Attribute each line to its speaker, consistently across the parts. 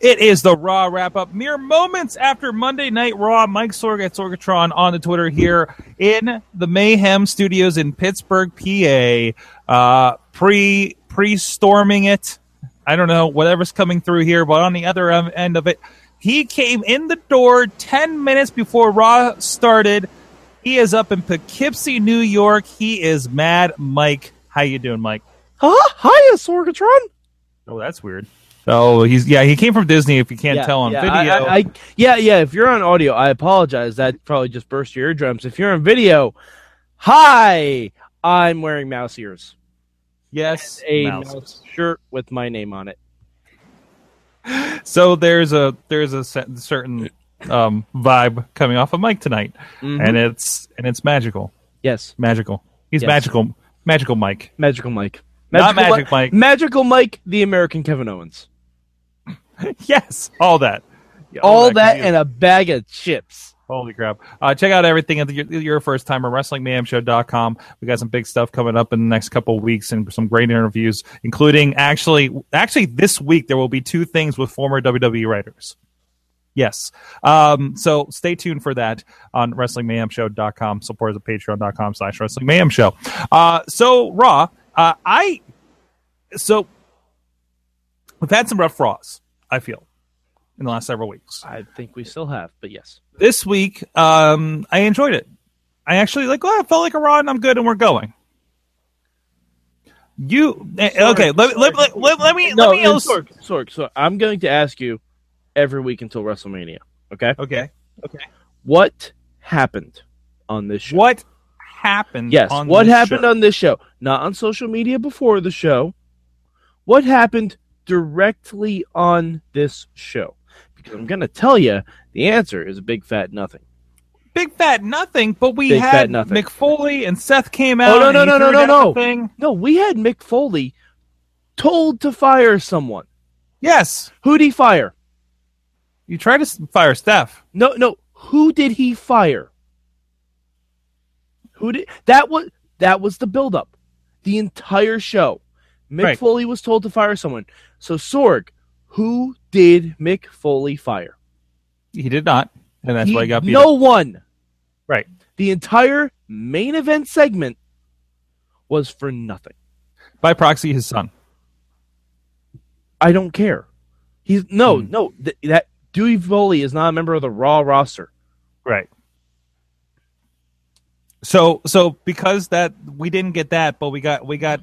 Speaker 1: It is the Raw wrap up. Mere moments after Monday Night Raw, Mike Sorg at Sorgatron on the Twitter here in the Mayhem Studios in Pittsburgh, PA. Uh, pre pre storming it. I don't know whatever's coming through here, but on the other um, end of it, he came in the door ten minutes before Raw started. He is up in Poughkeepsie, New York. He is Mad Mike. How you doing, Mike?
Speaker 2: Huh? Hiya, Sorgatron.
Speaker 1: Oh, that's weird. Oh, he's yeah. He came from Disney. If you can't tell on
Speaker 2: yeah,
Speaker 1: video,
Speaker 2: I, I, I- yeah, yeah. If you're on audio, I apologize. That probably just burst your eardrums. If you're on video, hi, I'm wearing mouse ears.
Speaker 1: yes,
Speaker 2: A
Speaker 1: mouse.
Speaker 2: mouse, shirt with my name on it.
Speaker 1: So there's a there's a cer- certain um, vibe coming off of Mike tonight,
Speaker 2: Mhm.
Speaker 1: and it's and it's magical,
Speaker 2: yes,
Speaker 1: magical. He's
Speaker 2: Yes.
Speaker 1: magical, magical Mike.
Speaker 2: Magical Mike.
Speaker 1: Not
Speaker 2: Mi-
Speaker 1: Magic Mike.
Speaker 2: Magical Mike, the American Kevin Owens.
Speaker 1: yes, all that, Yeah,
Speaker 2: All, that,
Speaker 1: confused.
Speaker 2: and a bag of chips.
Speaker 1: Holy crap. Uh, check out everything at your, your first timer, WrestlingMayhemShow.com. We got some big stuff coming up in the next couple of weeks and some great interviews, including actually, actually this week, there will be two things with former WWE writers. Yes. Um, so stay tuned for that on WrestlingMayhemShow.com. Support us at Patreon.com slash Wrestling Mayhem Show. Uh, so Raw, uh, I, so we've had some rough Raws, I feel, in the last several weeks
Speaker 2: I think we still have, but yes.
Speaker 1: this week, um, I enjoyed it. I actually like. Oh, I felt like a rod, and I'm good, and we're going. You eh, okay? Let, let, let, let, let me let me
Speaker 2: and
Speaker 1: else-
Speaker 2: Sork, Sork, so I'm going to ask you every week until WrestleMania. Okay,
Speaker 1: Okay.
Speaker 2: what happened on this show?
Speaker 1: What happened?
Speaker 2: Yes.
Speaker 1: on
Speaker 2: what
Speaker 1: this
Speaker 2: happened
Speaker 1: show?
Speaker 2: on this show? Not on social media before the show. What happened directly on this show? Because I'm going to tell you the answer is a big fat nothing.
Speaker 1: Big fat nothing. But we
Speaker 2: Big
Speaker 1: had
Speaker 2: fat nothing. Oh,
Speaker 1: Mick Foley and Seth came out.
Speaker 2: no,
Speaker 1: and
Speaker 2: no,
Speaker 1: he
Speaker 2: no, no,
Speaker 1: threw
Speaker 2: no,
Speaker 1: down
Speaker 2: no.
Speaker 1: the Thing.
Speaker 2: No, we had Mick Foley told to fire someone.
Speaker 1: Yes,
Speaker 2: Who did he fire?
Speaker 1: you try to s- fire Steph.
Speaker 2: No, no. Who did he fire? Who did that was that was the buildup. The entire show. Mick
Speaker 1: Right.
Speaker 2: Foley was told to fire someone. So Sorg, who did Mick Foley fire?
Speaker 1: He did not, and that's
Speaker 2: He-
Speaker 1: why he got beat.
Speaker 2: no one.
Speaker 1: Right.
Speaker 2: The entire main event segment was for nothing.
Speaker 1: up. by proxy, his son.
Speaker 2: I don't care. He's no,
Speaker 1: Hmm.
Speaker 2: no. Th- that Dewey Foley is not a member of the Raw roster.
Speaker 1: Right. So so because that we didn't get that, but we got we got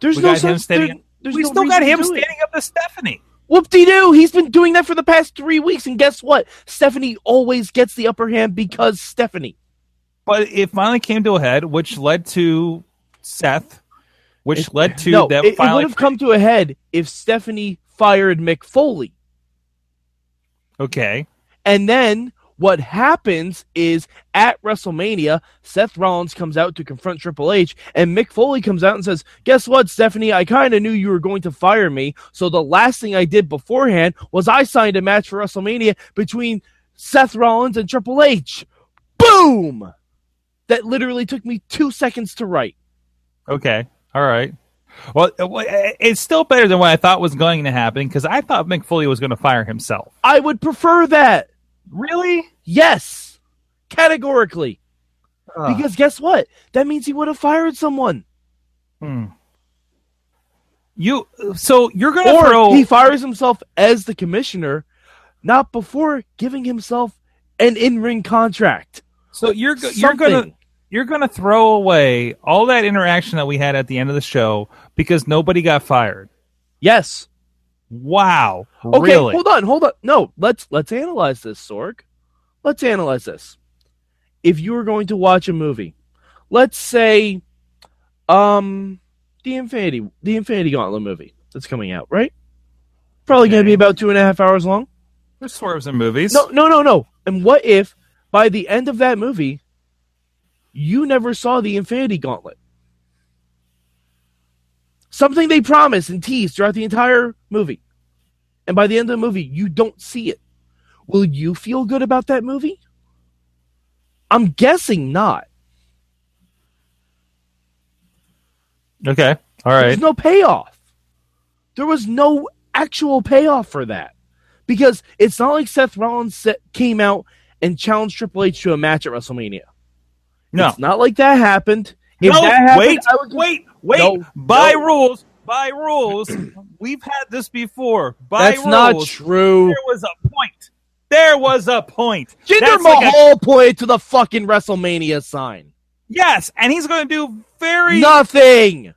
Speaker 2: There's
Speaker 1: We
Speaker 2: no
Speaker 1: got him
Speaker 2: sense.
Speaker 1: standing-
Speaker 2: there- there's
Speaker 1: we
Speaker 2: no
Speaker 1: still got
Speaker 2: reason to
Speaker 1: him
Speaker 2: do it.
Speaker 1: standing up to Stephanie.
Speaker 2: Whoop de doo! He's been doing that for the past three weeks, and guess what? Stephanie always gets the upper hand because Stephanie.
Speaker 1: But it finally came to a head, which led to Seth, which
Speaker 2: It-
Speaker 1: led to
Speaker 2: no,
Speaker 1: them
Speaker 2: it, would
Speaker 1: finally.
Speaker 2: have come to a head if Stephanie fired Mick Foley.
Speaker 1: okay,
Speaker 2: And then what happens is at WrestleMania, Seth Rollins comes out to confront Triple H, and Mick Foley comes out and says, Guess what, Stephanie? I kind of knew you were going to fire me. So the last thing I did beforehand was I signed a match for WrestleMania between Seth Rollins and Triple H. Boom! That literally took me two seconds to write.
Speaker 1: okay, all right. Well, it- well, it's still better than what I thought was going to happen because I thought Mick Foley was going to fire himself.
Speaker 2: I would prefer that.
Speaker 1: Really?
Speaker 2: Yes. Categorically.
Speaker 1: Ugh.
Speaker 2: Because guess what? That means he would have fired someone.
Speaker 1: Hmm. You so you're going to
Speaker 2: or
Speaker 1: throw
Speaker 2: he fires himself as the commissioner, not before giving himself an in-ring contract.
Speaker 1: so you're go- you're going to
Speaker 2: Something.
Speaker 1: you're going to throw away all that interaction that we had at the end of the show because nobody got fired.
Speaker 2: yes.
Speaker 1: Wow.
Speaker 2: Okay,
Speaker 1: really?
Speaker 2: hold on, hold on. No, let's let's analyze this, Sorg. Let's analyze this. If you were going to watch a movie, let's say, um, the Infinity the Infinity Gauntlet movie that's coming out, right? Probably going
Speaker 1: Okay.
Speaker 2: to be about two and a half hours long.
Speaker 1: There's swerves in movies.
Speaker 2: No, no, no, no. And what if by the end of that movie, you never saw the Infinity Gauntlet? Something they promised and teased throughout the entire movie. And by the end of the movie, you don't see it. Will you feel good about that movie? I'm guessing not.
Speaker 1: Okay. All right.
Speaker 2: There's no payoff. There was no actual payoff for that because it's not like Seth Rollins set, came out and challenged Triple H to a match at WrestleMania.
Speaker 1: No.
Speaker 2: It's not like that happened. If
Speaker 1: no,
Speaker 2: that happened,
Speaker 1: wait,
Speaker 2: I would-
Speaker 1: wait, wait.
Speaker 2: No,
Speaker 1: by
Speaker 2: no.
Speaker 1: rules, by rules, we've had this before. By
Speaker 2: That's
Speaker 1: rules,
Speaker 2: not true.
Speaker 1: there was a point. There was a point.
Speaker 2: Jinder
Speaker 1: That's like a-
Speaker 2: Mahal pointed to the fucking WrestleMania sign.
Speaker 1: yes, and he's going to do very
Speaker 2: Nothing.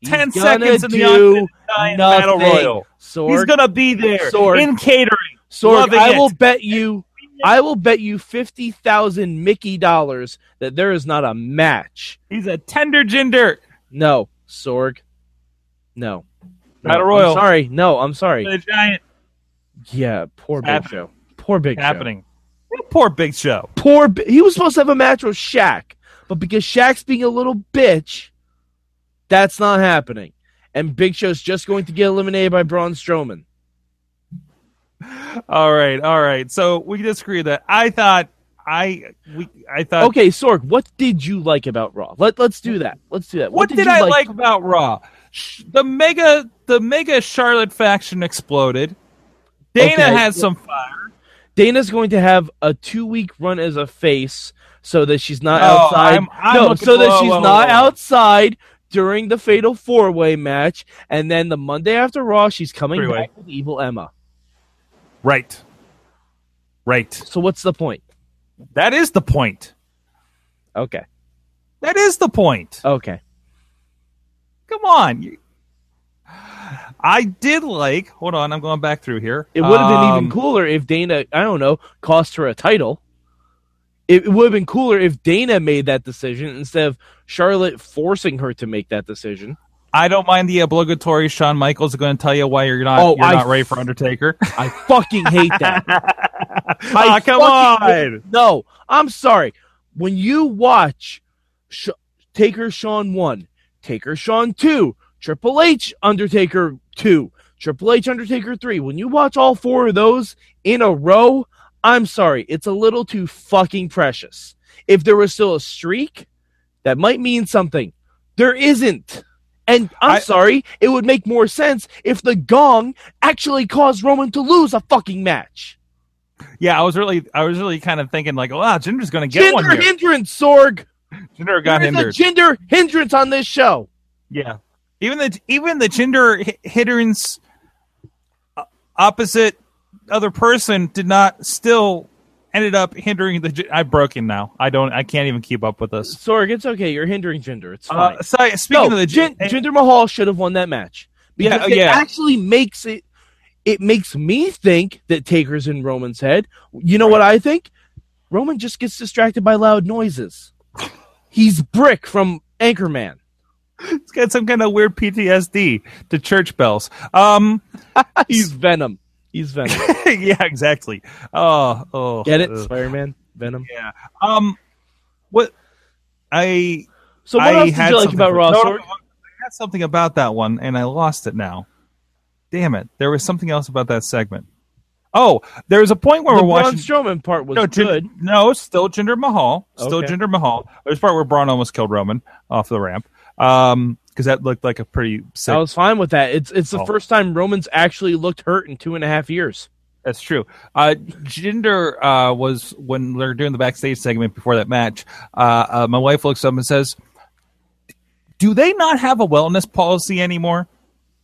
Speaker 2: He's
Speaker 1: 10
Speaker 2: gonna
Speaker 1: seconds in the
Speaker 2: do
Speaker 1: unfinish nine battle
Speaker 2: nothing.
Speaker 1: royal. He's
Speaker 2: Sorg,
Speaker 1: going to be there
Speaker 2: Sorg.
Speaker 1: in catering.
Speaker 2: Sorg,
Speaker 1: loving
Speaker 2: I will
Speaker 1: it.
Speaker 2: bet you, I will bet you fifty thousand Mickey dollars that there is not a match.
Speaker 1: He's a tender ginger.
Speaker 2: No, Sorg, no. No,
Speaker 1: Battle
Speaker 2: I'm
Speaker 1: Royal.
Speaker 2: sorry, no, I'm sorry.
Speaker 1: The giant
Speaker 2: Yeah, poor Big
Speaker 1: Happening.
Speaker 2: Show. Poor Big Show.
Speaker 1: happening. Oh, Poor Big Show.
Speaker 2: Poor. Bi- He was supposed to have a match with Shaq, but because Shaq's being a little bitch, that's not happening. And Big Show's just going to get eliminated by Braun Strowman.
Speaker 1: All right, all right. So we disagree that I thought I we I thought
Speaker 2: Okay, Sorg, what did you like about Raw? Let Let's do that. Let's do that.
Speaker 1: What, did,
Speaker 2: you
Speaker 1: I like about Raw? Sh- The mega, the mega Charlotte faction exploded. Dana
Speaker 2: Okay.
Speaker 1: had some fire.
Speaker 2: Dana's going to have a two week run as a face so that she's not
Speaker 1: No,
Speaker 2: outside.
Speaker 1: Oh, I'm- I'm
Speaker 2: no,
Speaker 1: looking-
Speaker 2: so that
Speaker 1: whoa,
Speaker 2: she's
Speaker 1: whoa,
Speaker 2: not
Speaker 1: whoa.
Speaker 2: outside during the fatal four way match. And then the Monday after Raw, she's coming
Speaker 1: Three-way.
Speaker 2: back with Evil Emma.
Speaker 1: Right, right.
Speaker 2: So what's the point?
Speaker 1: That is the point.
Speaker 2: Okay.
Speaker 1: That is the point.
Speaker 2: Okay.
Speaker 1: Come on. You- I did like. Hold on, I'm going back through here.
Speaker 2: It would have been even
Speaker 1: Um,
Speaker 2: cooler if Dana, I don't know, cost her a title. It, it would have been cooler if Dana made that decision instead of Charlotte forcing her to make that decision.
Speaker 1: I don't mind the obligatory Shawn Michaels is going to tell you why you're not
Speaker 2: Oh,
Speaker 1: you're
Speaker 2: I-
Speaker 1: not ready for Undertaker.
Speaker 2: I fucking hate that.
Speaker 1: Ah, come
Speaker 2: fucking-
Speaker 1: on.
Speaker 2: No, I'm sorry. When you watch Sh- Taker Shawn 1, Taker Shawn 2, Triple H Undertaker 2, Triple H Undertaker 3, when you watch all four of those in a row, I'm sorry, it's a little too fucking precious. If there was still a streak, that might mean something. There isn't. And I'm
Speaker 1: I-
Speaker 2: sorry, it would make more sense if the gong actually caused Roman to lose a fucking match.
Speaker 1: Yeah, I was really, I was really kind of thinking like, wow, Ginger's going to get one
Speaker 2: gender
Speaker 1: here.
Speaker 2: hindrance, Sorg.
Speaker 1: Ginger got
Speaker 2: There's
Speaker 1: hindered.
Speaker 2: a gender hindrance on this show.
Speaker 1: Yeah. Even the even the gender hi- hindrance uh, opposite other person did not still ended up hindering the. gen- I'm broken now. I don't. I can't even keep up with this.
Speaker 2: Sorg, it's okay. You're hindering gender. It's fine.
Speaker 1: Uh, so, speaking
Speaker 2: no,
Speaker 1: of the
Speaker 2: Jin-
Speaker 1: gen-
Speaker 2: Jinder Mahal should have won that match because
Speaker 1: Yeah, oh,
Speaker 2: it
Speaker 1: yeah.
Speaker 2: actually makes it. It makes me think that Taker's in Roman's head. You know what I think? Roman just gets distracted by loud noises. He's Brick from Anchorman.
Speaker 1: it's got some kind of weird PTSD to church bells. Um,
Speaker 2: He's Venom. He's Venom.
Speaker 1: yeah, exactly. Oh, oh,
Speaker 2: Get it?
Speaker 1: ugh.
Speaker 2: Spider-Man, Venom.
Speaker 1: Yeah. Um, what I
Speaker 2: So what
Speaker 1: I
Speaker 2: else did
Speaker 1: had
Speaker 2: you like
Speaker 1: something
Speaker 2: about
Speaker 1: for-
Speaker 2: Raw?
Speaker 1: no, no,
Speaker 2: Sorg?
Speaker 1: no, I had something about that one, and I lost it now. Damn it! There was something else about that segment. Oh, there was a point where
Speaker 2: the
Speaker 1: we're
Speaker 2: Braun
Speaker 1: watching.
Speaker 2: Strowman part was
Speaker 1: no, Jin-
Speaker 2: good.
Speaker 1: no, still Jinder Mahal, still
Speaker 2: Okay.
Speaker 1: Jinder Mahal. There's a part where Braun almost killed Roman off the ramp because that looked like a pretty sick.
Speaker 2: I was fine with that. It's it's the
Speaker 1: Oh.
Speaker 2: first time Romans actually looked hurt in two and a half years.
Speaker 1: That's true. Uh, Jinder uh, was when we were doing the backstage segment before that match. Uh, uh, my wife looks up and says, "Do they not have a wellness policy anymore?"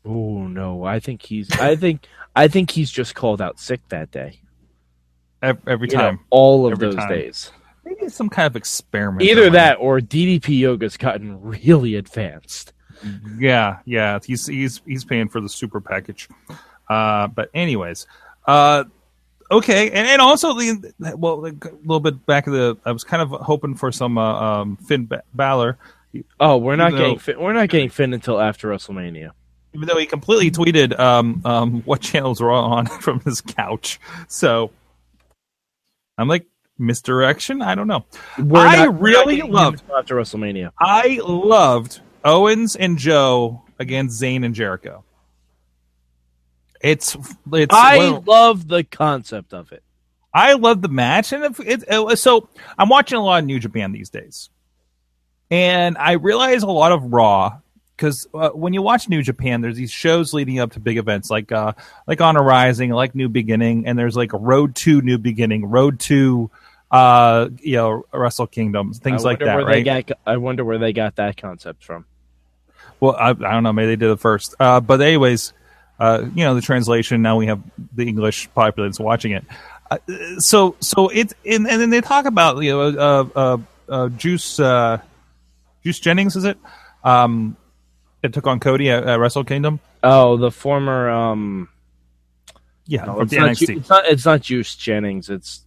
Speaker 2: Oh no, I think he's I think I think he's just called out sick that day.
Speaker 1: Ev- Every
Speaker 2: You know,
Speaker 1: time.
Speaker 2: all of
Speaker 1: Every
Speaker 2: those
Speaker 1: time.
Speaker 2: days.
Speaker 1: Maybe it's some kind of experiment.
Speaker 2: Either
Speaker 1: going
Speaker 2: that or DDP yoga's gotten really advanced.
Speaker 1: on. Yeah, yeah. He's he's he's paying for the super package. Uh, but anyways, uh, okay, and and also the well, like, a little bit back of the. I was kind of hoping for some uh, um, Finn ba- Balor,
Speaker 2: Oh, we're not
Speaker 1: No.
Speaker 2: getting Finn, we're not getting Finn until after WrestleMania.
Speaker 1: even though he completely tweeted um, um, what channels were on from his couch. So I'm like misdirection. I don't know.
Speaker 2: We're
Speaker 1: I
Speaker 2: not- we're not
Speaker 1: really
Speaker 2: getting him
Speaker 1: loved-
Speaker 2: until after WrestleMania.
Speaker 1: I loved Owens and Joe against Zayn and Jericho. It's it's
Speaker 2: I
Speaker 1: well,
Speaker 2: love the concept of it.
Speaker 1: I love the match and if it, it, so I'm watching a lot of New Japan these days, and I realize a lot of Raw because uh, when you watch New Japan, there's these shows leading up to big events like uh, like Honor Rising, like New Beginning, and there's like Road to New Beginning, Road to uh, you know Wrestle Kingdoms, things
Speaker 2: I
Speaker 1: like
Speaker 2: wonder
Speaker 1: that,
Speaker 2: where
Speaker 1: right?
Speaker 2: They got, I wonder where they got that concept from.
Speaker 1: well, I, I don't know, maybe they did it first, uh, but anyways, uh, you know the translation. Now we have the English populace watching it. Uh, so so it's and, and then they talk about you know uh, uh, uh, Juice uh, Juice Jennings is it? Um, that took on Cody at, at Wrestle Kingdom.
Speaker 2: Oh, the former. Um,
Speaker 1: Yeah,
Speaker 2: no,
Speaker 1: from
Speaker 2: it's,
Speaker 1: the
Speaker 2: not,
Speaker 1: NXT.
Speaker 2: Ju- it's not. It's not Juice Jennings. It's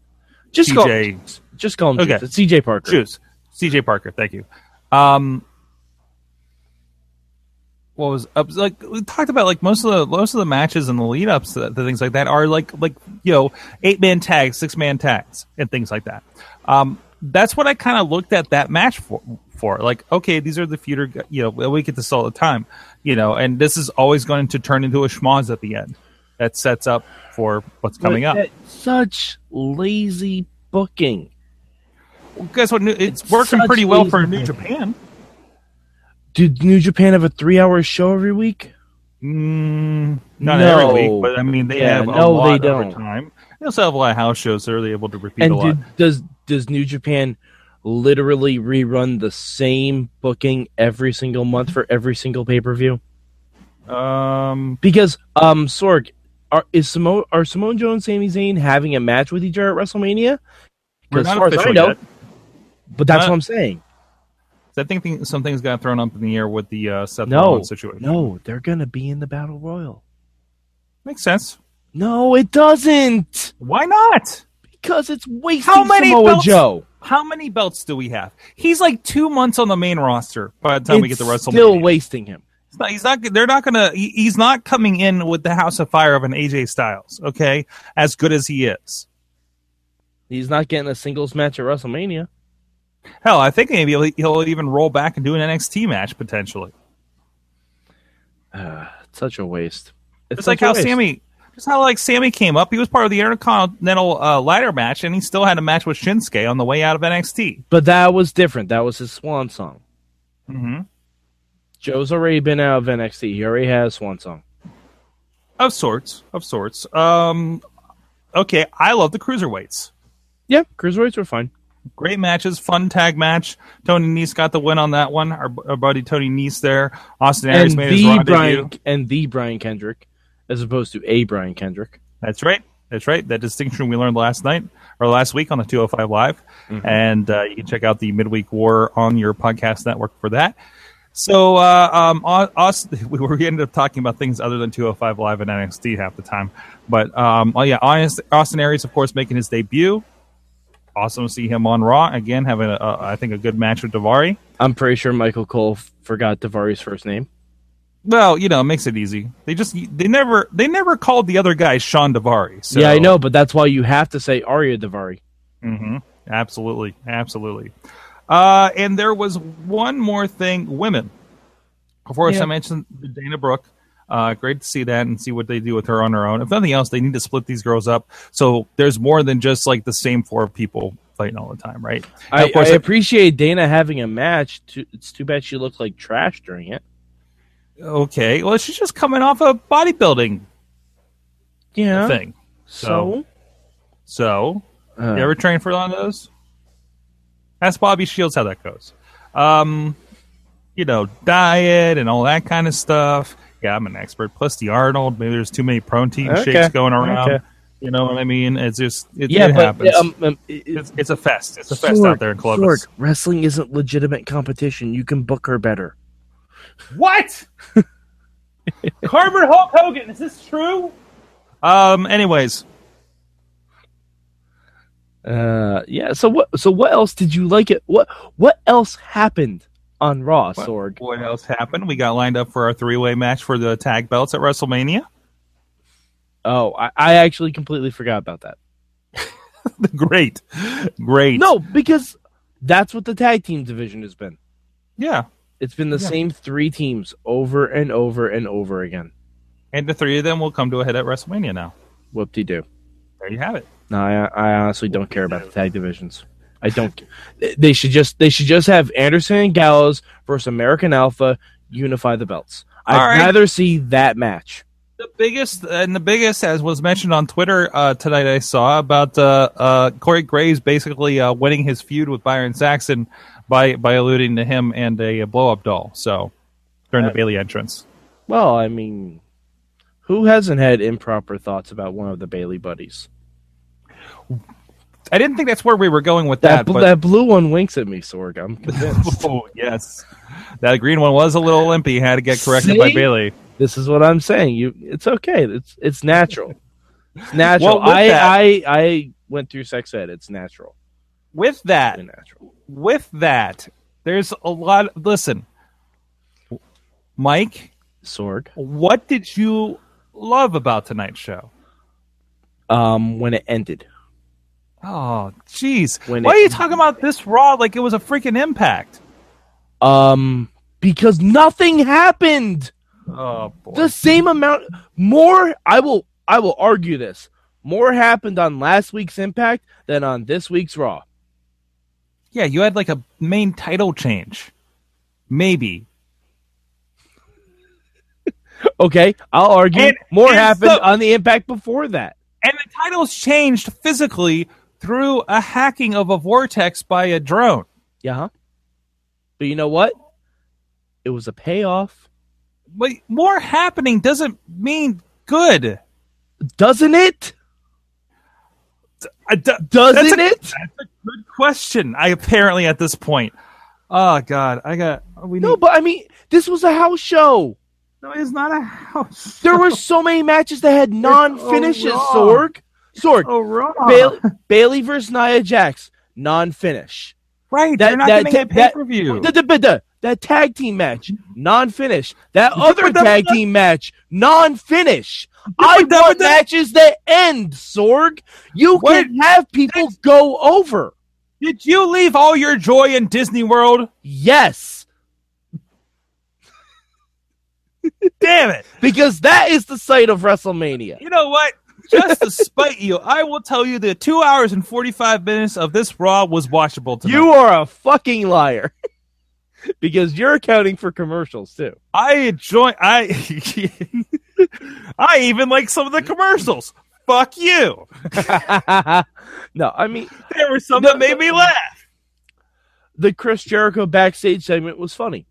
Speaker 2: just call him
Speaker 1: CJ
Speaker 2: Juice. Just call him Juice.
Speaker 1: Okay.
Speaker 2: It's CJ Parker.
Speaker 1: Shoes. CJ Parker, thank you. Um what was up like we talked about like most of the most of the matches and the lead ups to the things like that are like like you know eight man tags six man tags and things like that um that's what i kind of looked at that match for for like okay these are the feeder gu- you know we get this all the time you know and this is always going to turn into a schmoz at the end that sets up for what's
Speaker 2: But
Speaker 1: coming up
Speaker 2: that- Such lazy booking.
Speaker 1: Well, guess what New- it's,
Speaker 2: It's
Speaker 1: working
Speaker 2: such
Speaker 1: pretty well
Speaker 2: lazy
Speaker 1: for new
Speaker 2: booking.
Speaker 1: japan
Speaker 2: Did New Japan have a three-hour show every week?
Speaker 1: Mm, not
Speaker 2: No.
Speaker 1: every week, but I mean they
Speaker 2: Yeah,
Speaker 1: have a
Speaker 2: no,
Speaker 1: lot
Speaker 2: they
Speaker 1: over
Speaker 2: don't.
Speaker 1: time. They also have a lot of house shows, so they're able to repeat a
Speaker 2: And
Speaker 1: lot.
Speaker 2: did, does does New Japan literally rerun the same booking every single month for every single pay-per-view?
Speaker 1: um,
Speaker 2: Because um, Sorg, are is Samoa are Samoa Joe and Sami Zayn having a match with each other at WrestleMania?
Speaker 1: we're
Speaker 2: Because
Speaker 1: not
Speaker 2: as far as I
Speaker 1: official
Speaker 2: know,
Speaker 1: yet.
Speaker 2: but that's
Speaker 1: Not-
Speaker 2: what I'm saying.
Speaker 1: 'Cause I think th- something's got thrown up in the air with the uh, Seth
Speaker 2: No,
Speaker 1: Rollins situation.
Speaker 2: No, they're gonna be in the battle royal.
Speaker 1: Makes sense.
Speaker 2: No, it doesn't
Speaker 1: Why not?
Speaker 2: because it's wasting
Speaker 1: How many
Speaker 2: Samoa
Speaker 1: belts-
Speaker 2: Joe.
Speaker 1: How many belts do we have? He's like two months on the main roster by the time we get
Speaker 2: It's
Speaker 1: to WrestleMania.
Speaker 2: still wasting him.
Speaker 1: It's not- he's not. They're not gonna. he- he's not coming in with the House of Fire of an AJ Styles. Okay, as good as he is.
Speaker 2: He's not getting a singles match at WrestleMania.
Speaker 1: Hell, I think maybe he'll, he'll even roll back and do an NXT match potentially.
Speaker 2: Uh, such a waste.
Speaker 1: It's,
Speaker 2: such
Speaker 1: like
Speaker 2: a
Speaker 1: how
Speaker 2: waste.
Speaker 1: Sammy, just how like Sammy came up. He was part of the Intercontinental uh, ladder match, and he still had a match with Shinsuke on the way out of NXT.
Speaker 2: But that was different. That was his swan song.
Speaker 1: Mm-hmm.
Speaker 2: Joe's already been out of NXT. He already has swan song.
Speaker 1: Of sorts, of sorts. Um, okay, I love the cruiserweights.
Speaker 2: Yeah, cruiserweights were fine.
Speaker 1: Great matches, fun tag match. Tony Nese got the win on that one. Our, our buddy Tony Nese there. Austin Aries
Speaker 2: and
Speaker 1: made his raw
Speaker 2: the
Speaker 1: debut.
Speaker 2: Brian and the Brian Kendrick, as opposed to a Brian Kendrick.
Speaker 1: That's right. That's right. That distinction we learned last night or last week on the 205 Live. And uh, you can check out the Midweek War on your podcast network for that. So, uh, um, au- us, we were we ended up talking about things other than 205 Live and NXT half the time. But, um, oh, yeah, Aust- Austin Aries, of course, making his debut. Awesome to see him on Raw again, having, a, a, I think, a good match with Davari.
Speaker 2: I'm pretty sure Michael Cole f- forgot Davari's first name.
Speaker 1: Well, you know, it makes it easy. They just, they never, they never called the other guy Sean Davari. So.
Speaker 2: Yeah, I know, but that's why you have to say Arya Davari.
Speaker 1: Mm-hmm. Absolutely, absolutely. Uh, and there was one more thing, women. Of course,
Speaker 2: Yeah.
Speaker 1: I mentioned Dana Brooke. Uh, great to see that and see what they do with her on her own. If nothing else, they need to split these girls up so there's more than just like the same four people fighting all the time, right? And
Speaker 2: I,
Speaker 1: of course,
Speaker 2: I appreciate Dana having a match. Too, it's too bad she looked like trash during it.
Speaker 1: okay. Well, she's just coming off a bodybuilding
Speaker 2: Yeah.
Speaker 1: thing.
Speaker 2: So,
Speaker 1: So,
Speaker 2: uh,
Speaker 1: you ever train for one of those? Ask Bobby Shields how that goes. Um, you know, diet and all that kind of stuff. Yeah, I'm an expert. Plus the Arnold. Maybe there's too many protein
Speaker 2: Okay.
Speaker 1: shakes going around.
Speaker 2: Okay.
Speaker 1: You know what I mean? It's just it,
Speaker 2: yeah,
Speaker 1: it
Speaker 2: but
Speaker 1: happens.
Speaker 2: um, um, it- it-
Speaker 1: it's, it's a fest. It's a fest
Speaker 2: Sorg,
Speaker 1: out there in Columbus.
Speaker 2: Sorg, wrestling isn't legitimate competition. You can book her better.
Speaker 1: What? Carver Hulk Hogan? Is this true? Um. Anyways,
Speaker 2: Uh, yeah. So what? So what else did you like it? What What else happened on Raw,
Speaker 1: What?
Speaker 2: Sorg?
Speaker 1: what else happened? We got lined up for our three way match for the tag belts at WrestleMania.
Speaker 2: Oh, I, I actually completely forgot about that.
Speaker 1: great, great.
Speaker 2: No, because that's what the tag team division has been.
Speaker 1: Yeah.
Speaker 2: It's been the
Speaker 1: Yeah.
Speaker 2: same three teams over and over and over again.
Speaker 1: And the three of them will come to a head at WrestleMania now.
Speaker 2: Whoop de doo.
Speaker 1: There you have it.
Speaker 2: No, I, I honestly don't care about the tag divisions. I don't. they- they should just they should just have Anderson and Gallows versus American Alpha, unify the belts.
Speaker 1: All
Speaker 2: I'd
Speaker 1: right.
Speaker 2: rather see that match.
Speaker 1: The biggest and the biggest, as was mentioned on Twitter uh, tonight, I saw about uh, uh, Corey Graves basically uh, winning his feud with Byron Saxon by by alluding to him and a, blow up doll. So during the Bailey entrance,
Speaker 2: Well, I mean, who hasn't had improper thoughts about one of the Bailey buddies?
Speaker 1: I didn't think that's where we were going with
Speaker 2: That
Speaker 1: that.
Speaker 2: bl-
Speaker 1: but
Speaker 2: that blue one winks at me, Sorg. I'm convinced.
Speaker 1: oh yes, that green one was a little limpy. Had to get corrected by
Speaker 2: See?
Speaker 1: Bailey.
Speaker 2: this is what I'm saying. You, it's okay. It's it's natural. It's natural.
Speaker 1: Well, with
Speaker 2: I,
Speaker 1: that-
Speaker 2: I I went through sex ed. It's natural.
Speaker 1: With that,
Speaker 2: Really natural.
Speaker 1: with that, there's a lot. Listen, Mike,
Speaker 2: Sorg.
Speaker 1: what did you love about tonight's show?
Speaker 2: Um, when it ended.
Speaker 1: Oh, jeez.
Speaker 2: When
Speaker 1: Why
Speaker 2: it-
Speaker 1: are you talking about this Raw like it was a freaking impact?
Speaker 2: Um, because nothing happened.
Speaker 1: Oh, boy.
Speaker 2: The same amount. More. I will. I will argue this. More happened on last week's Impact than on this week's Raw.
Speaker 1: yeah, you had like a main title change. Maybe.
Speaker 2: Okay, I'll argue
Speaker 1: And-
Speaker 2: more
Speaker 1: and
Speaker 2: happened
Speaker 1: so-
Speaker 2: on the impact before that.
Speaker 1: And the titles changed physically through a hacking of a vortex by a drone.
Speaker 2: Yeah. huh? But you know what? It was a payoff,
Speaker 1: But more happening doesn't mean good.
Speaker 2: doesn't it?
Speaker 1: I d-
Speaker 2: Doesn't
Speaker 1: That's a-
Speaker 2: it?
Speaker 1: Good question. I apparently at this point. Oh God, I got. We
Speaker 2: No,
Speaker 1: need.
Speaker 2: but I mean, this was a house show.
Speaker 1: No, it's not a house.
Speaker 2: There were so many matches that had non-finishes.
Speaker 1: wrong.
Speaker 2: Sorg, Sorg,
Speaker 1: Oh, wrong.
Speaker 2: Bailey, Bailey versus Nia Jax, non-finish.
Speaker 1: right,
Speaker 2: that-
Speaker 1: they're not
Speaker 2: that-
Speaker 1: getting a
Speaker 2: that-
Speaker 1: pay
Speaker 2: that-
Speaker 1: per view.
Speaker 2: Da- da- da- da. That tag team match, non-finish. That other
Speaker 1: but that-
Speaker 2: tag team match, non-finish.
Speaker 1: but
Speaker 2: I
Speaker 1: that-
Speaker 2: want
Speaker 1: but that-
Speaker 2: matches that end, Sorg. You
Speaker 1: What?
Speaker 2: can have people go over.
Speaker 1: Did you leave all your joy in Disney World?
Speaker 2: Yes,
Speaker 1: Damn it!
Speaker 2: because that is the site of WrestleMania.
Speaker 1: You know what? Just to spite you, I will tell you the two hours and forty five minutes of this Raw was watchable tonight.
Speaker 2: You are a fucking liar. because you're accounting for commercials too.
Speaker 1: I enjoy. I. I even like some of the commercials. Fuck you.
Speaker 2: no, I mean
Speaker 1: There were some
Speaker 2: No,
Speaker 1: that made me laugh.
Speaker 2: the Chris Jericho backstage segment was funny.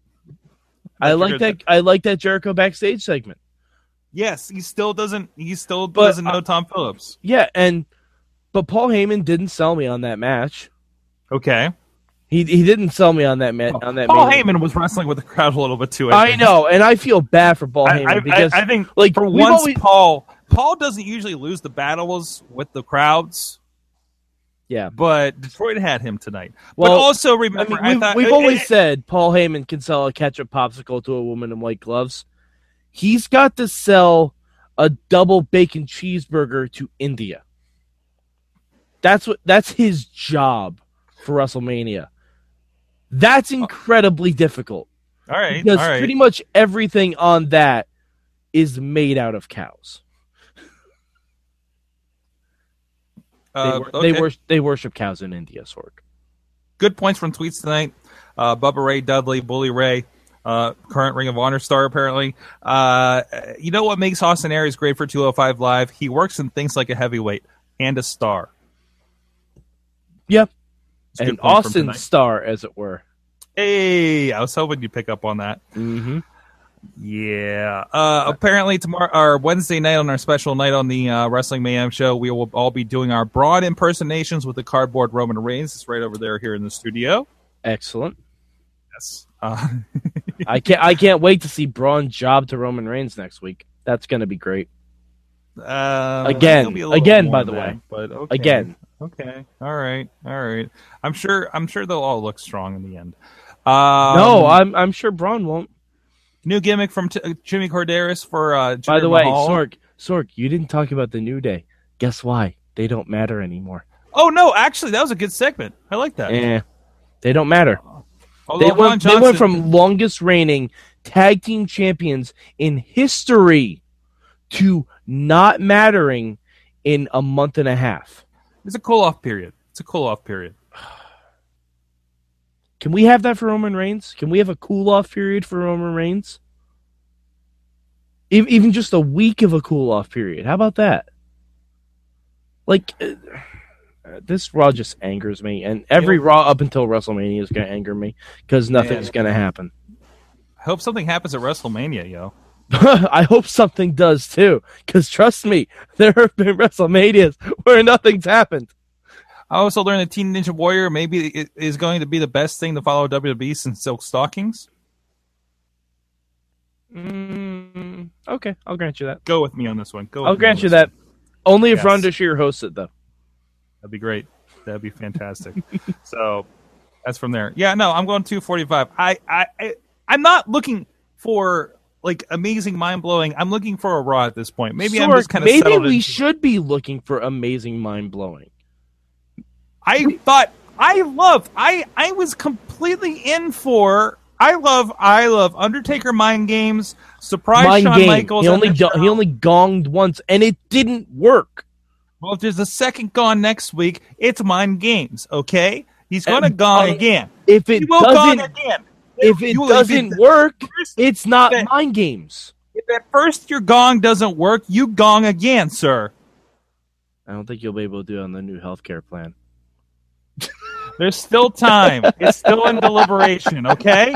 Speaker 2: I like
Speaker 1: good.
Speaker 2: that I like that Jericho backstage segment.
Speaker 1: Yes, he still doesn't. He still
Speaker 2: But,
Speaker 1: doesn't know Tom Phillips.
Speaker 2: Yeah, and but Paul Heyman didn't sell me on that match.
Speaker 1: Okay.
Speaker 2: He he didn't sell me on that man on that
Speaker 1: Oh, Paul
Speaker 2: main-
Speaker 1: Heyman was wrestling with the crowd a little bit too.
Speaker 2: I
Speaker 1: think.
Speaker 2: know, and I feel bad for Paul
Speaker 1: I,
Speaker 2: Heyman
Speaker 1: I- I-
Speaker 2: because
Speaker 1: I think
Speaker 2: like
Speaker 1: for
Speaker 2: we've
Speaker 1: once,
Speaker 2: always-
Speaker 1: Paul Paul doesn't usually lose the battles with the crowds.
Speaker 2: Yeah.
Speaker 1: but Detroit had him tonight.
Speaker 2: Well,
Speaker 1: but also
Speaker 2: I
Speaker 1: remember,
Speaker 2: mean,
Speaker 1: I
Speaker 2: we've,
Speaker 1: thought- uh, eh,
Speaker 2: we've
Speaker 1: it-
Speaker 2: always
Speaker 1: it-
Speaker 2: said Paul Heyman can sell a ketchup popsicle to a woman in white gloves. He's got to sell a double bacon cheeseburger to India. That's what that's his job for WrestleMania. That's incredibly difficult
Speaker 1: eh, all right, Oh. all
Speaker 2: because
Speaker 1: right.
Speaker 2: pretty much everything on that is made out of cows. They,
Speaker 1: uh,
Speaker 2: wor-
Speaker 1: okay.
Speaker 2: they, wor- they worship cows in India, Sorg.
Speaker 1: good points from tweets tonight. Uh, Bubba Ray Dudley, Bully Ray, uh, current Ring of Honor star apparently. Uh, you know what makes Austin Aries great for 205 Live? He works in things like a heavyweight and a star.
Speaker 2: Yep.
Speaker 1: It's a
Speaker 2: An
Speaker 1: good point from
Speaker 2: Austin
Speaker 1: tonight.
Speaker 2: star, as it were.
Speaker 1: Hey, I was hoping you would pick up on that.
Speaker 2: Mm-hmm.
Speaker 1: Yeah. Uh, apparently tomorrow or Wednesday night on our special night on the uh, Wrestling Mayhem show, we will all be doing our broad impersonations with the cardboard Roman Reigns. It's right over there here in the studio.
Speaker 2: Excellent.
Speaker 1: Yes. Uh,
Speaker 2: I can't. I can't wait to see Braun job to Roman Reigns next week. That's gonna be great.
Speaker 1: uh,
Speaker 2: Again.
Speaker 1: it'll be a little
Speaker 2: Again,
Speaker 1: warm
Speaker 2: by the
Speaker 1: then,
Speaker 2: way.
Speaker 1: But okay.
Speaker 2: Again,
Speaker 1: Okay. All right. All right. I'm sure. I'm sure they'll all look strong in the end. Um,
Speaker 2: no, I'm I'm sure Braun won't.
Speaker 1: new gimmick from t- Jimmy Corderas for. Uh,
Speaker 2: By
Speaker 1: Jinder
Speaker 2: the way,
Speaker 1: Mahal.
Speaker 2: Sork, Sork, you didn't talk about the New Day. Guess why? They don't matter anymore.
Speaker 1: Oh no! Actually, that was a good segment. I like that.
Speaker 2: Eh, they don't matter.
Speaker 1: Although
Speaker 2: They
Speaker 1: Ron
Speaker 2: went, they
Speaker 1: Johnson-
Speaker 2: went from longest reigning tag team champions in history to not mattering in a month and a half.
Speaker 1: It's a cool off period. It's a cool off period.
Speaker 2: Can we have that for Roman Reigns? Can we have a cool off period for Roman Reigns? Ev- Even just a week of a cool off period. How about that? Like, uh, this Raw just angers me, and every Raw up until WrestleMania is going to anger me because nothing's going to happen.
Speaker 1: I hope something happens at WrestleMania, yo.
Speaker 2: I hope something does too, because trust me, there have been WrestleManias where nothing's happened.
Speaker 1: I also learned that Teen Ninja Warrior maybe i- is going to be the best thing to follow WWE since Silk Stockings.
Speaker 2: Mm, okay, I'll grant you that.
Speaker 1: Go with me on this one. Go. With
Speaker 2: I'll
Speaker 1: me
Speaker 2: grant
Speaker 1: on
Speaker 2: you
Speaker 1: this
Speaker 2: that.
Speaker 1: one.
Speaker 2: Only if
Speaker 1: Yes.
Speaker 2: Ron Sheer hosts it, though.
Speaker 1: That'd be great. That'd be fantastic. so that's from there. Yeah, no, I'm going 245. I, I, I I'm not looking for like amazing, mind blowing. I'm looking for a Raw at this point. Maybe I'm
Speaker 2: Sorg,
Speaker 1: just kind of
Speaker 2: maybe we should be looking for amazing, mind blowing.
Speaker 1: I thought I love I I was completely in for I love I love Undertaker mind games surprise
Speaker 2: Mind
Speaker 1: Shawn
Speaker 2: game.
Speaker 1: Michaels
Speaker 2: he
Speaker 1: on
Speaker 2: only
Speaker 1: the
Speaker 2: go- he
Speaker 1: show.
Speaker 2: only gonged once, and it didn't work.
Speaker 1: well if there's a second gone next week it's mind games okay he's gonna
Speaker 2: And-
Speaker 1: gone
Speaker 2: and
Speaker 1: again
Speaker 2: If
Speaker 1: he
Speaker 2: it
Speaker 1: will gone
Speaker 2: doesn't,
Speaker 1: again
Speaker 2: if it
Speaker 1: You will-
Speaker 2: doesn't
Speaker 1: if it-
Speaker 2: work,
Speaker 1: first-
Speaker 2: it's not
Speaker 1: Okay.
Speaker 2: mind games.
Speaker 1: if at first your gong doesn't work you gong again sir
Speaker 2: I don't think you'll be able to do it on the new healthcare plan.
Speaker 1: There's still time. It's still in deliberation, okay?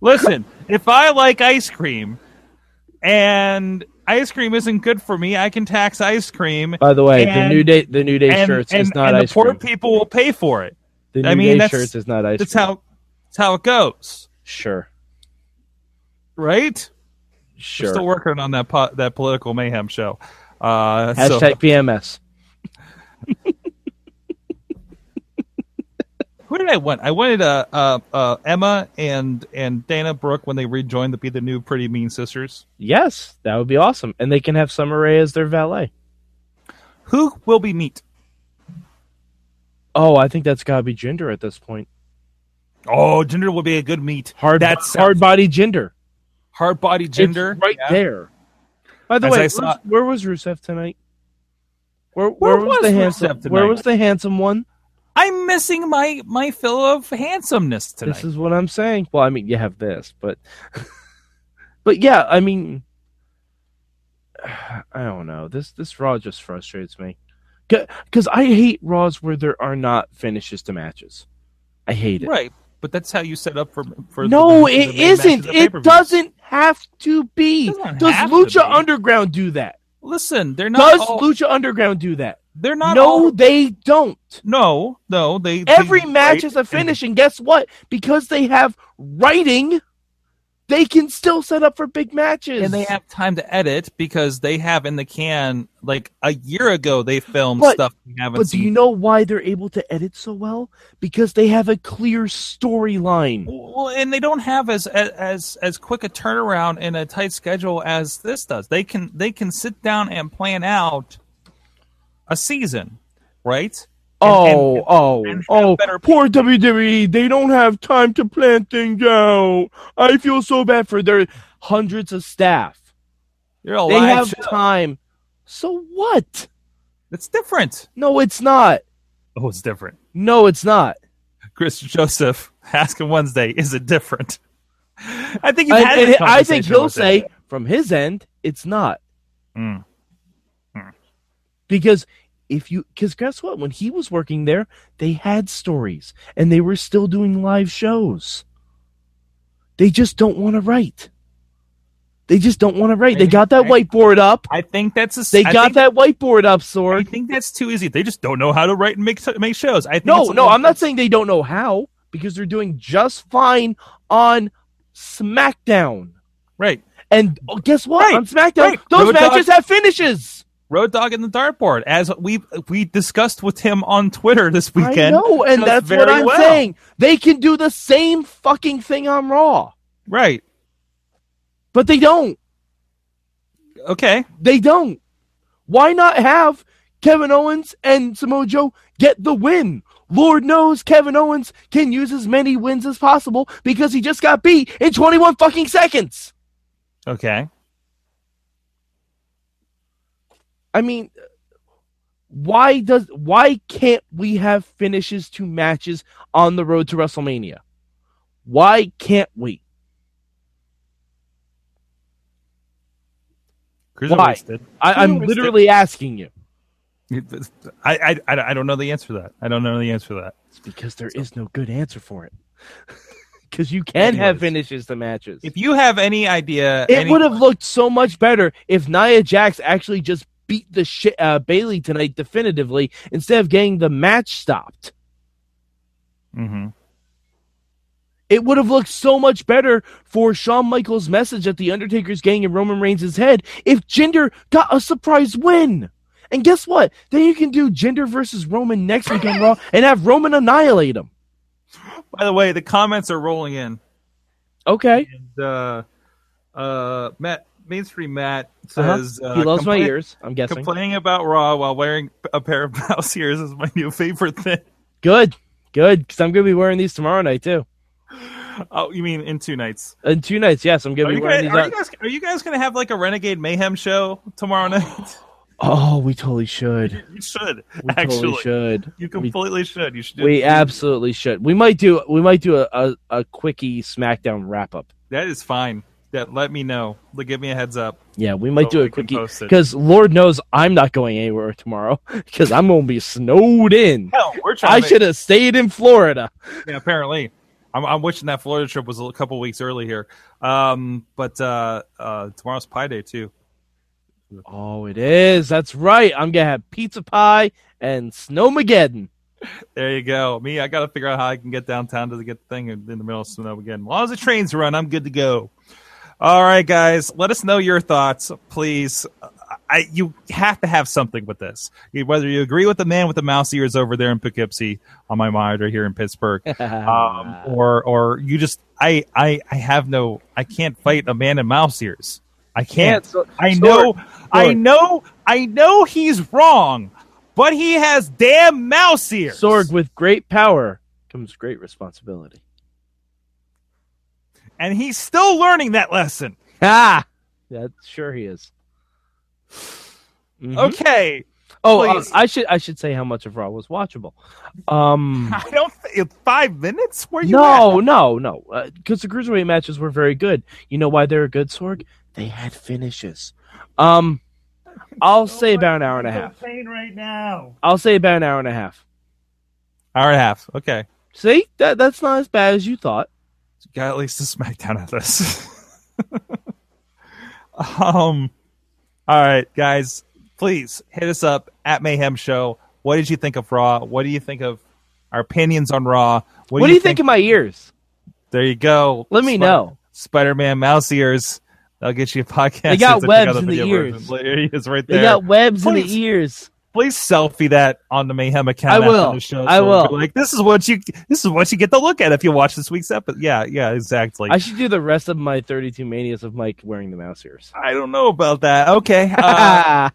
Speaker 1: Listen, if I like ice cream and ice cream isn't good for me, I can tax ice cream
Speaker 2: By the way,
Speaker 1: And-
Speaker 2: the new day the new day
Speaker 1: and,
Speaker 2: shirts
Speaker 1: and,
Speaker 2: is not
Speaker 1: and
Speaker 2: ice
Speaker 1: the poor
Speaker 2: cream.
Speaker 1: people will pay for it.
Speaker 2: the new
Speaker 1: I mean,
Speaker 2: day
Speaker 1: that's-
Speaker 2: shirts is not ice
Speaker 1: That's
Speaker 2: cream.
Speaker 1: how that's how it goes,
Speaker 2: sure.
Speaker 1: right? We're
Speaker 2: Sure.
Speaker 1: still working on that po- that political mayhem show. Uh, so-
Speaker 2: Hashtag PMS.
Speaker 1: Who did I want? I wanted uh, uh, uh, Emma and and Dana Brooke when they rejoined to be the new Pretty Mean Sisters.
Speaker 2: Yes, that would be awesome. And they can have Summer Rae as their valet.
Speaker 1: Who will be neat?
Speaker 2: Oh, I think that's gotta be gender at this point.
Speaker 1: Oh, gender will be a good meet.
Speaker 2: Hard
Speaker 1: That
Speaker 2: that's
Speaker 1: sounds-
Speaker 2: hard body gender.
Speaker 1: hard body gender
Speaker 2: It's right
Speaker 1: Yeah.
Speaker 2: there. By the
Speaker 1: As I
Speaker 2: way,
Speaker 1: saw-
Speaker 2: where's- where was Rusev tonight? Where,
Speaker 1: Where
Speaker 2: where, was,
Speaker 1: was
Speaker 2: the
Speaker 1: Rusev
Speaker 2: handsome?
Speaker 1: tonight?
Speaker 2: Where was the handsome one?
Speaker 1: i'm missing my my fill of handsomeness tonight
Speaker 2: This is what I'm saying. Well, I mean, you have this, but but yeah, I mean, I don't know. This this Raw just frustrates me because I hate Raws where there are not finishes to matches. I hate it.
Speaker 1: right but that's how you set up for for the-
Speaker 2: No,
Speaker 1: the
Speaker 2: it
Speaker 1: main matches
Speaker 2: isn't.
Speaker 1: at
Speaker 2: It
Speaker 1: pay-per-view.
Speaker 2: doesn't have to be.
Speaker 1: It doesn't
Speaker 2: Does
Speaker 1: have to
Speaker 2: Lucha
Speaker 1: be.
Speaker 2: Underground do that?
Speaker 1: listen they're not
Speaker 2: Does
Speaker 1: all,
Speaker 2: Lucha Underground do that?
Speaker 1: they're not
Speaker 2: no,
Speaker 1: all-
Speaker 2: they don't.
Speaker 1: no no they
Speaker 2: Every
Speaker 1: they-
Speaker 2: match
Speaker 1: right?
Speaker 2: is a finish, and guess what? Because they have writing, they can still set up for big matches.
Speaker 1: and they have time to edit because they have in the can like a year ago they filmed
Speaker 2: But-
Speaker 1: stuff we haven't
Speaker 2: But do
Speaker 1: seen
Speaker 2: you know why they're able to edit so well? Because they have a clear storyline.
Speaker 1: Well, and they don't have as as as quick a turnaround and a tight schedule as this does. They can they can sit down and plan out a season, right? And-
Speaker 2: oh,
Speaker 1: and-
Speaker 2: oh,
Speaker 1: and have
Speaker 2: oh!
Speaker 1: better-
Speaker 2: Poor WWE. They don't have time to plan things out. I feel so bad for their hundreds of staff.
Speaker 1: You're a
Speaker 2: they
Speaker 1: live
Speaker 2: have
Speaker 1: show.
Speaker 2: time. So what?
Speaker 1: It's different.
Speaker 2: No, it's not.
Speaker 1: Oh, it's different.
Speaker 2: No, it's not.
Speaker 1: Chris Joseph, Ask Him Wednesday, is it different? I think you
Speaker 2: And-
Speaker 1: had.
Speaker 2: and
Speaker 1: this
Speaker 2: I think
Speaker 1: conversation
Speaker 2: he'll
Speaker 1: with him.
Speaker 2: say from his end, it's not
Speaker 1: Mm.
Speaker 2: because if you because guess what? When he was working there, they had stories and they were still doing live shows. They just don't want to write. They just don't want to write. They
Speaker 1: Maybe-
Speaker 2: got that
Speaker 1: maybe.
Speaker 2: whiteboard up.
Speaker 1: I think that's a.
Speaker 2: They
Speaker 1: I
Speaker 2: got
Speaker 1: think-
Speaker 2: that whiteboard up,
Speaker 1: I
Speaker 2: Sword.
Speaker 1: think that's too easy. They just don't know how to write and make make shows. I think
Speaker 2: No,
Speaker 1: it's a
Speaker 2: no,
Speaker 1: little
Speaker 2: I'm not
Speaker 1: bit-
Speaker 2: saying they don't know how because they're doing just fine on SmackDown.
Speaker 1: right.
Speaker 2: And oh, guess what?
Speaker 1: Right,
Speaker 2: on SmackDown,
Speaker 1: right.
Speaker 2: those
Speaker 1: Road
Speaker 2: matches have finishes.
Speaker 1: Road Dog and the Dartboard, as we we discussed with him on Twitter this
Speaker 2: I
Speaker 1: weekend.
Speaker 2: know, and
Speaker 1: does
Speaker 2: that's what
Speaker 1: very
Speaker 2: I'm
Speaker 1: well.
Speaker 2: saying. They can do the same fucking thing on Raw,
Speaker 1: Right.
Speaker 2: but they don't.
Speaker 1: Okay.
Speaker 2: They don't. Why not have Kevin Owens and Samoa Joe get the win? Lord knows Kevin Owens can use as many wins as possible because he just got beat in 21 fucking seconds.
Speaker 1: Okay.
Speaker 2: I mean, why does why can't we have finishes to matches on the road to WrestleMania? Why can't we? Why?
Speaker 1: Cruiserweights did.
Speaker 2: I, I'm
Speaker 1: Cruiserweights
Speaker 2: literally asking you.
Speaker 1: It- I, I, I I don't know the answer to that. I don't know the answer to that.
Speaker 2: It's because there is no good answer for it. Because you can have
Speaker 1: Anyways.
Speaker 2: finishes to matches.
Speaker 1: If you have any idea,
Speaker 2: It
Speaker 1: any-
Speaker 2: would have looked so much better if Nia Jax actually just beat the shit uh, Bailey tonight definitively instead of getting the match stopped.
Speaker 1: Mhm.
Speaker 2: It would have looked so much better for Shawn Michaels' message at the Undertaker's gang and Roman Reigns' head if Jinder got a surprise win. And guess what? Then you can do Jinder versus Roman next week on Raw and have Roman annihilate him.
Speaker 1: By the way, the comments are rolling in.
Speaker 2: Okay.
Speaker 1: And, uh, uh, Matt mainstream Matt
Speaker 2: Uh-huh.
Speaker 1: says uh,
Speaker 2: he loves my
Speaker 1: complain-
Speaker 2: ears, I'm guessing.
Speaker 1: Complaining about Raw while wearing a pair of mouse ears is my new favorite thing.
Speaker 2: Good. Good. Because I'm going to be wearing these tomorrow night, too.
Speaker 1: Oh, you mean in two nights?
Speaker 2: In two nights, yes, I'm going
Speaker 1: Are
Speaker 2: to
Speaker 1: you,
Speaker 2: be wearing
Speaker 1: guys, are,
Speaker 2: these. on-
Speaker 1: you guys, are you guys gonna have like a Renegade Mayhem show tomorrow night?
Speaker 2: Oh, we totally should.
Speaker 1: you should
Speaker 2: We
Speaker 1: actually.
Speaker 2: totally should.
Speaker 1: You
Speaker 2: We,
Speaker 1: completely should. You should. do-
Speaker 2: we absolutely should. We might do. We might do a, a, a quickie SmackDown wrap up.
Speaker 1: that is fine. That let me know. Like, give me a heads up.
Speaker 2: Yeah, we might
Speaker 1: Oh,
Speaker 2: do
Speaker 1: we
Speaker 2: a
Speaker 1: can
Speaker 2: quickie
Speaker 1: post it.
Speaker 2: because Lord knows I'm not going anywhere tomorrow because I'm gonna be snowed in.
Speaker 1: Hell, we're trying.
Speaker 2: I
Speaker 1: to make-
Speaker 2: should have stayed in Florida.
Speaker 1: Yeah, apparently. I'm, I'm wishing that Florida trip was a little- couple weeks early here. Um, but uh, uh, tomorrow's Pi Day too.
Speaker 2: Oh, it is. That's right. I'm gonna have pizza pie and snowmageddon.
Speaker 1: There you go. Me, I got to figure out how I can get downtown to get the thing in in the middle of snow again. As long as the trains run, I'm good to go. All right, guys, let us know your thoughts, please. I, you have to have something with this, whether you agree with the man with the mouse ears over there in Poughkeepsie on my monitor here in Pittsburgh, um, or or you just I, I I have no I can't fight a man in mouse ears. I can't.
Speaker 2: so-
Speaker 1: I
Speaker 2: Sorg,
Speaker 1: know, I
Speaker 2: Sorg.
Speaker 1: know, I know he's wrong, but he has damn mouse ears.
Speaker 2: Sorg, with great power comes great responsibility.
Speaker 1: and he's still learning that lesson.
Speaker 2: Ah, that sure he is. Mhm.
Speaker 1: Okay,
Speaker 2: Oh, uh,
Speaker 1: please.
Speaker 2: I should I should say how much of Raw was watchable. Um,
Speaker 1: I don't. Th- five minutes? Where you at?
Speaker 2: no, no, no, because the cruiserweight matches were very good. You know why they're good, Sorg? They had finishes. Um, I'll say about an hour and a half.
Speaker 1: Pain right now.
Speaker 2: I'll say about an hour and a half.
Speaker 1: Hour and a half. Okay,
Speaker 2: See, that that's not as bad as you thought.
Speaker 1: got at least a smackdown out of this. um, all right, guys, please hit us up at Mayhem Show. What did you think of Raw? What do you think of our opinions on Raw?
Speaker 2: What, do you think, of my ears?
Speaker 1: There you go.
Speaker 2: Let me
Speaker 1: Spider-
Speaker 2: know.
Speaker 1: Spider-Man mouse ears. That'll get you a podcast.
Speaker 2: They
Speaker 1: to
Speaker 2: got
Speaker 1: check out
Speaker 2: webs in the
Speaker 1: video
Speaker 2: ears.
Speaker 1: version. There he is, right
Speaker 2: They
Speaker 1: there.
Speaker 2: got webs in
Speaker 1: Please.
Speaker 2: the ears.
Speaker 1: please selfie that on the mayhem account
Speaker 2: I
Speaker 1: after
Speaker 2: will.
Speaker 1: the show
Speaker 2: I
Speaker 1: so
Speaker 2: will.
Speaker 1: we're like this is what you this is what you get to look at if you watch this week's episode yeah yeah exactly
Speaker 2: I
Speaker 1: I,
Speaker 2: should do the rest of my 32 manias of Mike wearing the mouse ears.
Speaker 1: don't know about that okay uh, I,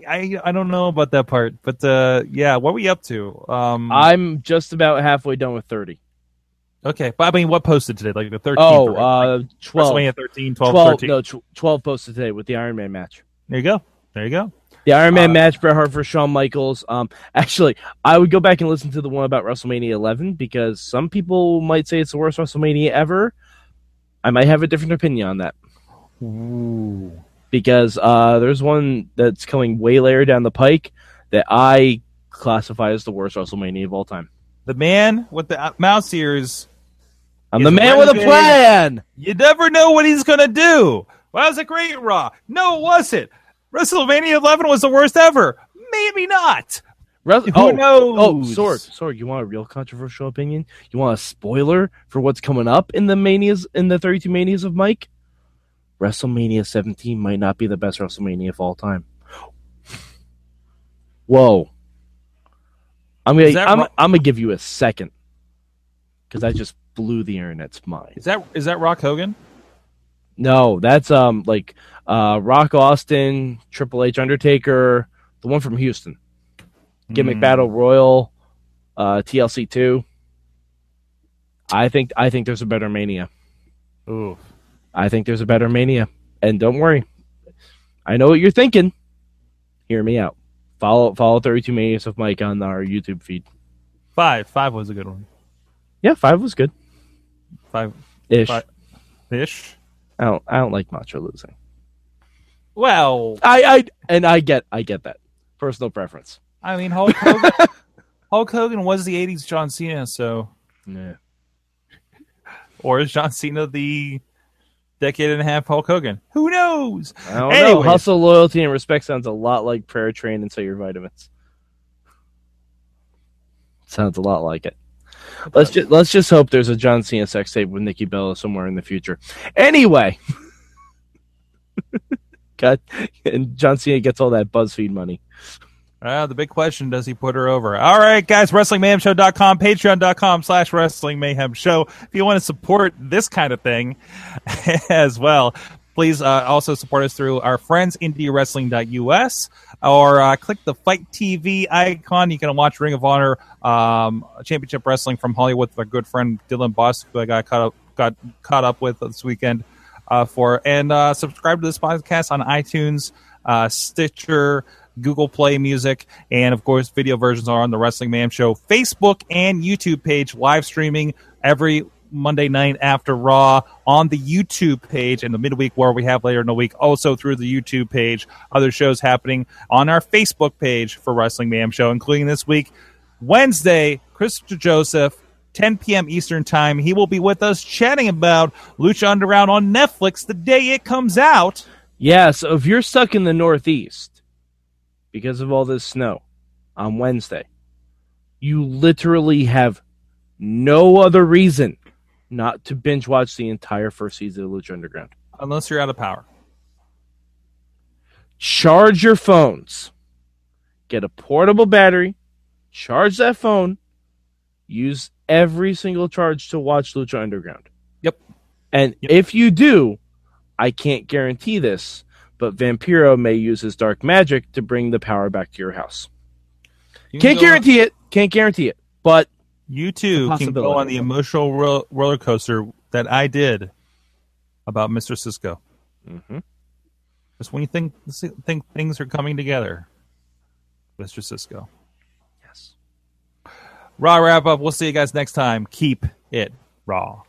Speaker 1: I i don't know about that part but uh yeah what are we up to um
Speaker 2: I'm just about halfway done with 30.
Speaker 1: okay but i mean what posted today like the 13th
Speaker 2: Oh,
Speaker 1: right?
Speaker 2: uh, 12.
Speaker 1: WrestleMania 13 12,
Speaker 2: 12,
Speaker 1: 13
Speaker 2: no, tw- 12 posted today with the Iron Man match.
Speaker 1: there you go there you go
Speaker 2: The Iron Man
Speaker 1: Uh,
Speaker 2: match, Bret Hart for Shawn Michaels. Um, actually, I would go back and listen to the one about WrestleMania 11 because some people might say it's the worst WrestleMania ever. I might have a different opinion on that because uh, there's one that's coming way later down the pike that I classify as the worst WrestleMania of all time.
Speaker 1: the man with the uh, mouse ears
Speaker 2: I'm
Speaker 1: He's
Speaker 2: the
Speaker 1: a
Speaker 2: man with a
Speaker 1: renegade.
Speaker 2: plan.
Speaker 1: You never know what he's going to do. Well, that was a great Raw. No, it wasn't. WrestleMania 11 was the worst ever. Maybe not.
Speaker 2: Res-
Speaker 1: Who
Speaker 2: oh,
Speaker 1: knows?
Speaker 2: Oh, Sorg, Sorg, you want a real controversial opinion? You want a spoiler for what's coming up in the manias in the 32 manias of Mike? WrestleMania 17 might not be the best WrestleMania of all time. Whoa. I'm
Speaker 1: Is
Speaker 2: gonna
Speaker 1: that
Speaker 2: I'm,
Speaker 1: wrong?
Speaker 2: I'm gonna give you a second. Cause I just blew the internet's mind.
Speaker 1: Is that is that Rock Hogan?
Speaker 2: No, that's um like uh Rock Austin, Triple H Undertaker, the one from Houston. gimmick
Speaker 1: Hmm.
Speaker 2: battle royal uh tlc 2 i think i think there's a better mania
Speaker 1: Ooh.
Speaker 2: i think there's a better mania and don't worry i know what you're thinking hear me out follow follow 32 manias of mike on our youtube feed
Speaker 1: Five. Five was a good one.
Speaker 2: yeah five was good
Speaker 1: Five
Speaker 2: Ish.
Speaker 1: But- ish.
Speaker 2: I don't. I don't like Macho losing.
Speaker 1: Well,
Speaker 2: I. I and I get. I get that. Personal preference.
Speaker 1: I mean, Hulk Hogan, Hulk Hogan was the '80s John Cena, so
Speaker 2: Yeah.
Speaker 1: or is John Cena the decade and a half Hulk Hogan? Who knows?
Speaker 2: I don't know.
Speaker 1: Anyways.
Speaker 2: Hustle, loyalty, and respect sounds a lot like prayer train and so your vitamins. Sounds a lot like it. Let's just let's just hope there's a John Cena sex tape with Nikki Bella somewhere in the future. Anyway, God, and John Cena gets all that BuzzFeed money.
Speaker 1: Uh, the big question, does he put her over? All right, guys, WrestlingMayhemShow.com, Patreon.com slash Wrestling Mayhem Show. If you want to support this kind of thing as well, please uh, also support us through our friends, IndieWrestling.us, or uh, click the Fight TV icon. You can watch Ring of Honor um, Championship Wrestling from Hollywood with our good friend Dylan Boss, who I got caught up, got caught up with this weekend uh, for. And uh, subscribe to this podcast on iTunes, uh, Stitcher, Google Play Music, and of course, video versions are on the Wrestling Man Show Facebook and YouTube page, live streaming every Monday night after Raw on the YouTube page and the midweek war we have later in the week, also through the YouTube page. Other shows happening on our Facebook page for Wrestling Man Show, including this week, Wednesday, Christopher Joseph. 10 p.m. Eastern Time. He will be with us chatting about Lucha Underground on Netflix the day it comes out.
Speaker 2: Yeah, so if you're stuck in the Northeast because of all this snow on Wednesday, you literally have no other reason not to binge watch the entire first season of Lucha Underground.
Speaker 1: Unless you're out of power.
Speaker 2: Charge your phones, get a portable battery, charge that phone, use every single charge to watch Lucha Underground.
Speaker 1: Yep.
Speaker 2: And
Speaker 1: Yep.
Speaker 2: if you do, I can't guarantee this, but Vampiro may use his dark magic to bring the power back to your house.
Speaker 1: You can
Speaker 2: Can't
Speaker 1: go-
Speaker 2: guarantee it. Can't guarantee it. But
Speaker 1: You too
Speaker 2: It's a
Speaker 1: can go on
Speaker 2: possibility.
Speaker 1: the emotional ro- roller coaster that I did about Mr. Cisco. Just when you think think things are coming together, Mr. Cisco.
Speaker 2: yes.
Speaker 1: Raw wrap up. We'll see you guys next time. Keep it raw.